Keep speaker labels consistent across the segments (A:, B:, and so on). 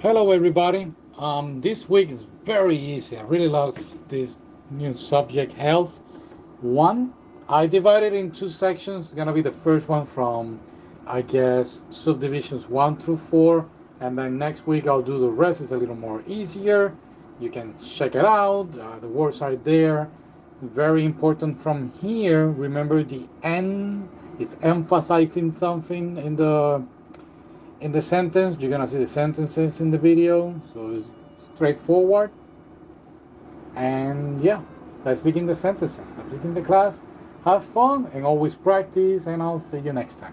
A: Hello, everybody. Um, this week is very easy. I really love this new subject, health. One, I divided in two sections. It's gonna be the first one from, I guess, subdivisions one through four, and then next week I'll do the rest. It's a little more easier. You can check it out. Uh, the words are there. Very important from here. Remember the N is emphasizing something in the in the sentence you're gonna see the sentences in the video so it's straightforward and yeah let's begin the sentences let's begin the class have fun and always practice and i'll see you next time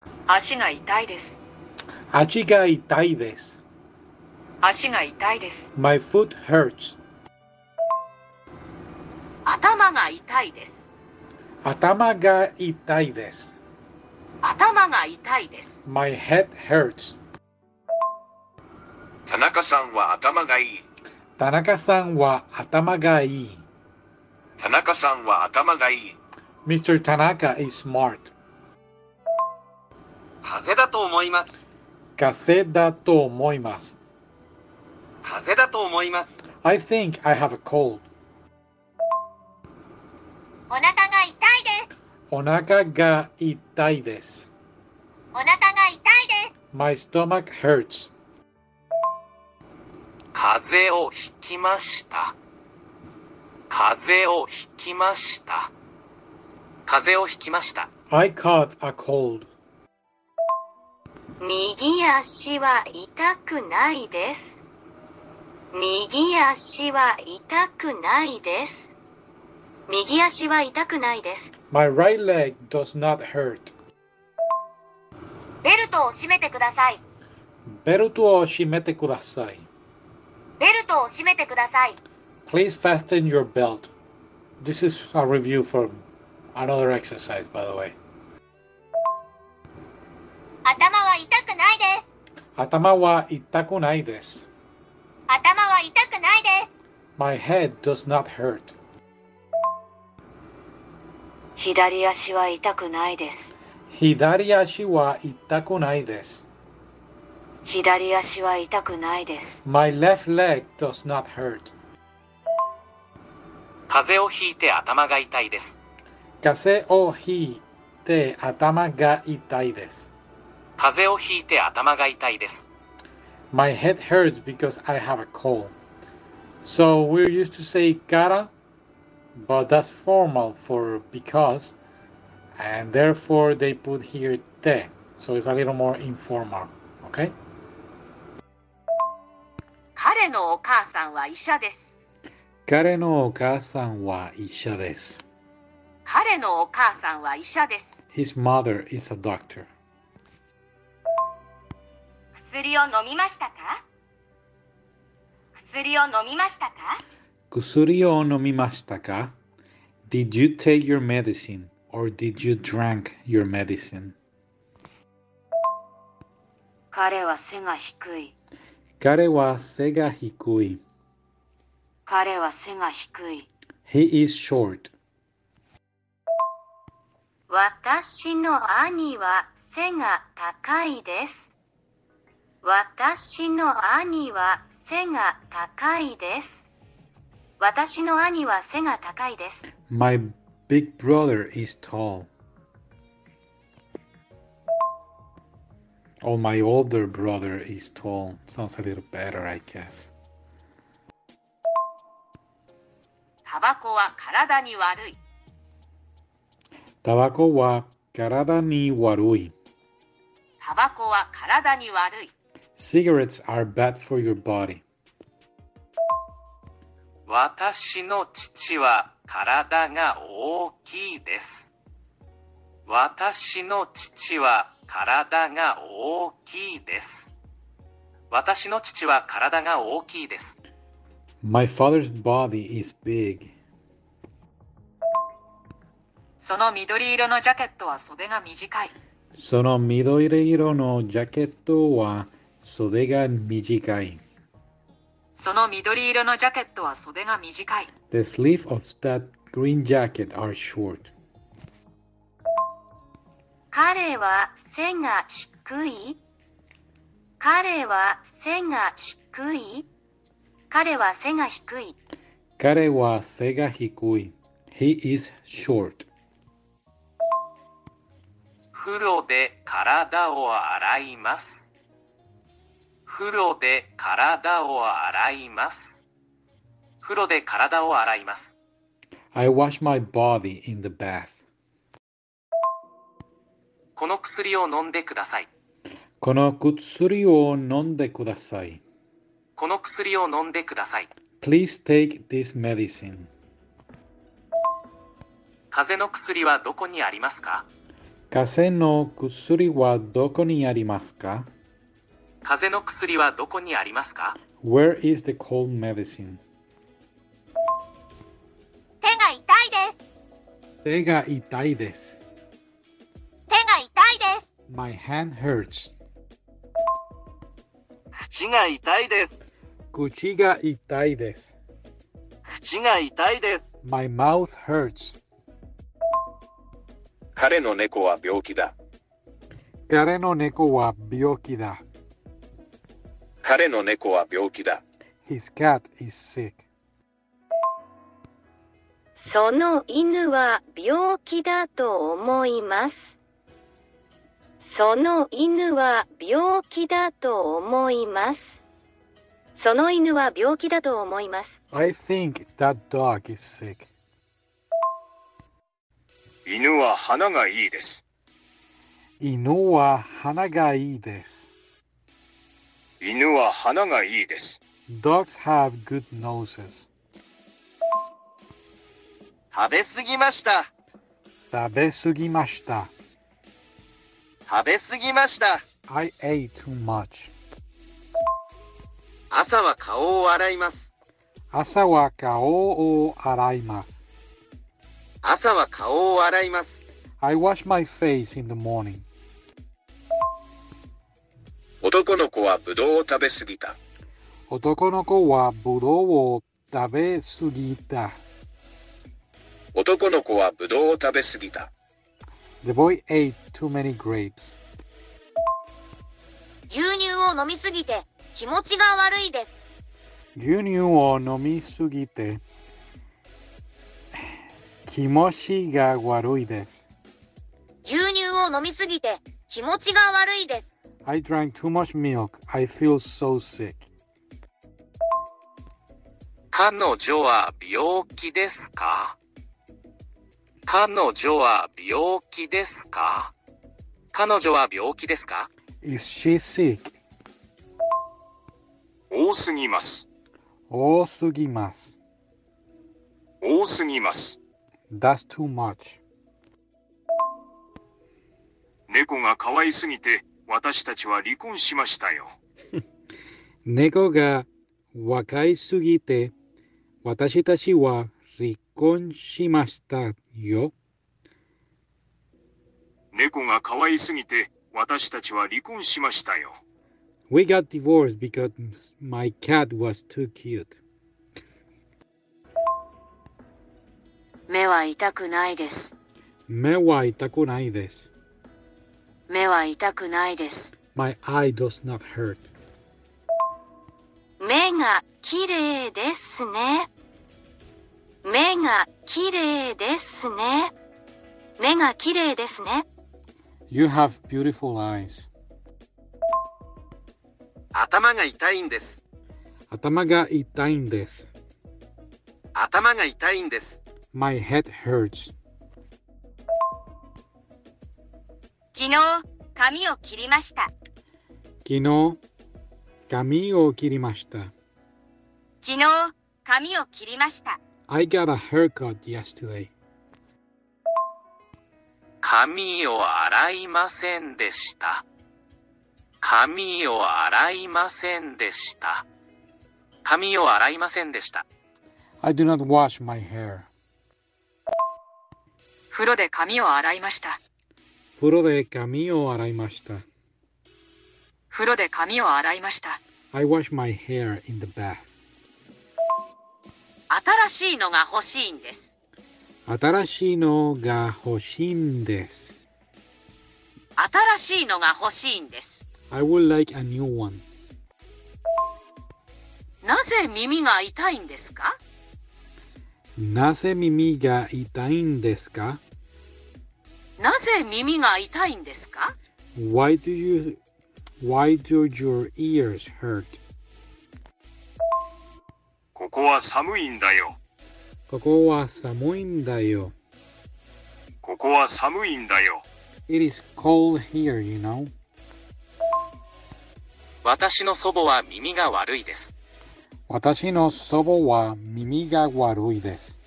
B: 足が痛いです。
A: achigaitai
B: 足が痛いです。
A: my foot hurts
B: 頭が痛いです。
A: atama ga itai desu
B: 頭が痛いです。
A: my head hurts
C: 田中さんは頭がいい。
A: tanaka-san wa atama ga ii
C: 田中さんは頭がいい。
A: mr tanaka is smart
C: 風邪だと思います。
A: kase da to omoimasu
C: 風邪だと思います。
A: i think i have a cold
B: お腹が痛いです。
A: Onaka ga itai desu.
B: お腹が痛いです。
A: My stomach hurts.
C: 風邪をひきました。風邪をひきました。風邪をひきました。
A: I caught a cold.
B: 右足は痛くないです。右足は痛くないです。右足は痛くないです。
A: My right leg does not hurt.
B: ベルトを締めてください。
A: Berutu o shimete kudasai.
B: ベルトを締めてください。
A: Please fasten your belt. This is a review for another exercise, by the way.
B: 頭は痛くないです。
A: Atama wa itaku nai desu.
B: 頭は痛くないで
A: My head does not hurt.
B: す。左足は痛くないです。
A: Hidari ashi wa itaku nai desu.
B: 左足は痛くないです。
A: My left leg does not hurt.
C: 風邪をひいて頭が痛いです。
A: Kase o te atama ga itai desu.
C: 風邪をひいて頭が痛いです。
A: My head hurts because I have a cold. So we're used to say cara, but that's formal for because, and therefore they put here te, so it's a little more informal. Okay?
B: 彼のお母さんは医者です。
A: Kare no okasan wa isha desu.
B: 彼のお母さんは医者です。
A: His mother is a doctor.
B: 薬を飲みましたか薬を飲みましたか
A: Kusuri o nomimashita ka? Did you take your medicine or did you drink your medicine?
B: 彼は背が低い。
A: Kare wa sega hikui.
B: 彼は背が低い。
A: He is short.
B: 私の兄は背が高いです。私の兄は背が高いです。私の兄は背が高いです。
A: My big brother is tall. Oh, my older brother is tall. Sounds a little better, I guess.
B: タバコは体に悪い。
A: Tabaco wa karada ni warui.
B: タバコは体に悪い。
A: Cigarettes are bad for your body.
C: 私の父は体が大きいです。私の父は体が大きいです。私の父は体が大きいです。
A: My father's body is big.
D: その緑色のジャケットは袖が短い。
A: Sono midoriiro no jaqueto wa sodega mijikai.
D: その緑色のジャケットは袖が短い。
A: The sleeve of that green jacket are short.
B: 彼は背が低い彼は背が低い彼は背が低い。
A: Kare wa sega hikui. He is short.
C: 風呂で体を洗います。風呂で体を洗います。風呂で体を洗います。
A: I wash my body in the bath.
C: この薬を飲んでください。
A: Kono kutsuri wo nonde kudasai.
C: この薬を飲んでください。
A: Please take this medicine.
C: 風邪の薬はどこにありますか
A: Kase no kutsuri wa doko ni arimasu ka?
C: 風邪の薬はどこにありますか
A: Where is the cold medicine?
B: 手が痛いです。
A: Sega itai desu.
B: 手が痛いです。
A: My hand hurts.
E: 口が痛いです。
A: Kuchi ga itai desu.
E: 口が痛いです。
A: My mouth hurts.
F: 彼の猫は病気だ。
A: Kare no neko wa byoki da.
F: 彼の猫は病気だ。
A: His cat is sick.
B: その犬は病気だと思います。その犬は病気だと思います。その犬は病気だと思います。
A: I think that dog is sick.
F: 犬は鼻がいいです。
A: Inu wa hana ga ii desu.
F: 犬は鼻がいいです。
A: Dogs have good noses.
E: 食べ過ぎました。
A: Tabesugimashita.
E: 食べ過ぎました。
A: I ate too much.
E: 朝は顔を洗います。
A: Asa wa kao o araimasu.
E: 朝は顔を洗います。
A: I wash my face in the morning.
F: 男の子はブドウを食べ過ぎた。
A: Otoko no ko wa budou wo tabesugita.
F: 男の子はブドウを食べ過ぎた。
A: The boy ate too many grapes.
B: 牛乳を飲みすぎて気持ちが悪いです。
A: Junyu o nomisugite. Kimoshi ga warui desu.
B: 牛乳を飲みすぎて気持ちが悪いです。
A: I drank too much milk. I feel so sick.
C: 彼女は病気ですか彼女は病気ですか彼女は病気ですか
A: Is she sick?
F: 多すぎます。
A: Oh, sugimas.
F: 多すぎます。
A: That's too much.
F: 猫が可愛すぎて私たちは離婚しましたよ。
A: Neko ga wakai sugite. Watashi tashi wa rikon shimashita yo.
F: 猫が可愛すぎて私たちは離婚しましたよ。
A: We got divorced because my cat was too cute.
D: 目は痛くないです。
A: Me wa itaku nai desu.
D: 目は痛くないです。
A: My eye does not hurt.
B: 目が綺麗ですね。目が綺麗ですね。目が綺麗ですね。
A: You have beautiful eyes.
E: 頭が痛いんです。
A: Atama ga itain desu.
E: 頭が痛いんです。
A: My head hurts.
B: 昨日、髪を切りました。
A: Kino kami o kirimashita.
B: 昨日、髪を切りました。
A: I got a haircut yesterday.
C: 髪を洗いませんでした。髪を洗いませんでした。髪を洗いませんでした。
A: I do not wash my hair.
D: 風呂で髪を洗いました。
A: Furo de camino araimashita.
D: 風呂で髪を洗いました。
A: I wash my hair in the bath.
B: 新しいのが欲しいんです。
A: Atarashi no ga hoshin desu.
B: 新しいのが欲しいんです。
A: I would like a new one.
B: なぜ耳が痛いんですか
A: Nase mimi ga itain desu ka?
B: なぜ耳が痛いんですか
A: Why do you why do your ears hurt?
F: ここは寒いんだよ。
A: Koko wa samui da yo.
F: ここは寒いんだよ。
A: It is cold here, you know.
C: 私の祖母は耳が悪いです。
A: Watashi no sobo wa mimi ga warui desu.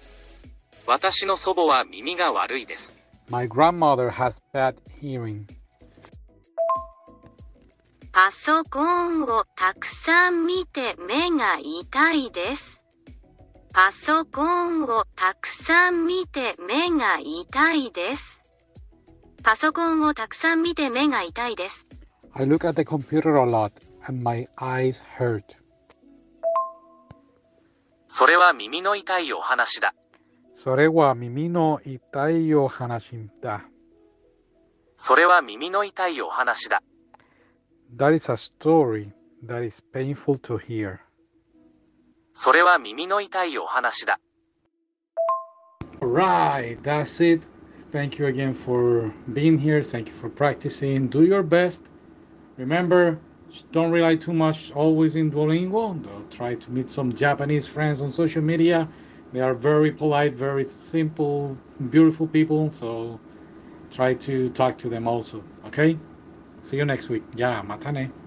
C: 私の祖母は耳が悪いです。
A: My grandmother has bad hearing.
B: パソコンをたくさん見て目が痛いです。パソコンをたくさん見て目が痛いです。パソコンをたくさん見て目が痛いです。
A: I look at the computer a lot and my eyes hurt.
C: それは耳の痛いお話だ。
A: Sore wa mimi no itai yo hanashim da.
C: それは耳の痛いお話だ。
A: That is a story that is painful to hear.
C: それは耳の痛いお話だ。
A: Right, that's it. Thank you again for being here. Thank you for practicing. Do your best. Remember, don't rely too much always in Duolingo. Don't try to meet some Japanese friends on social media. They are very polite, very simple, beautiful people. So try to talk to them also. Okay? See you next week. Yeah, matane.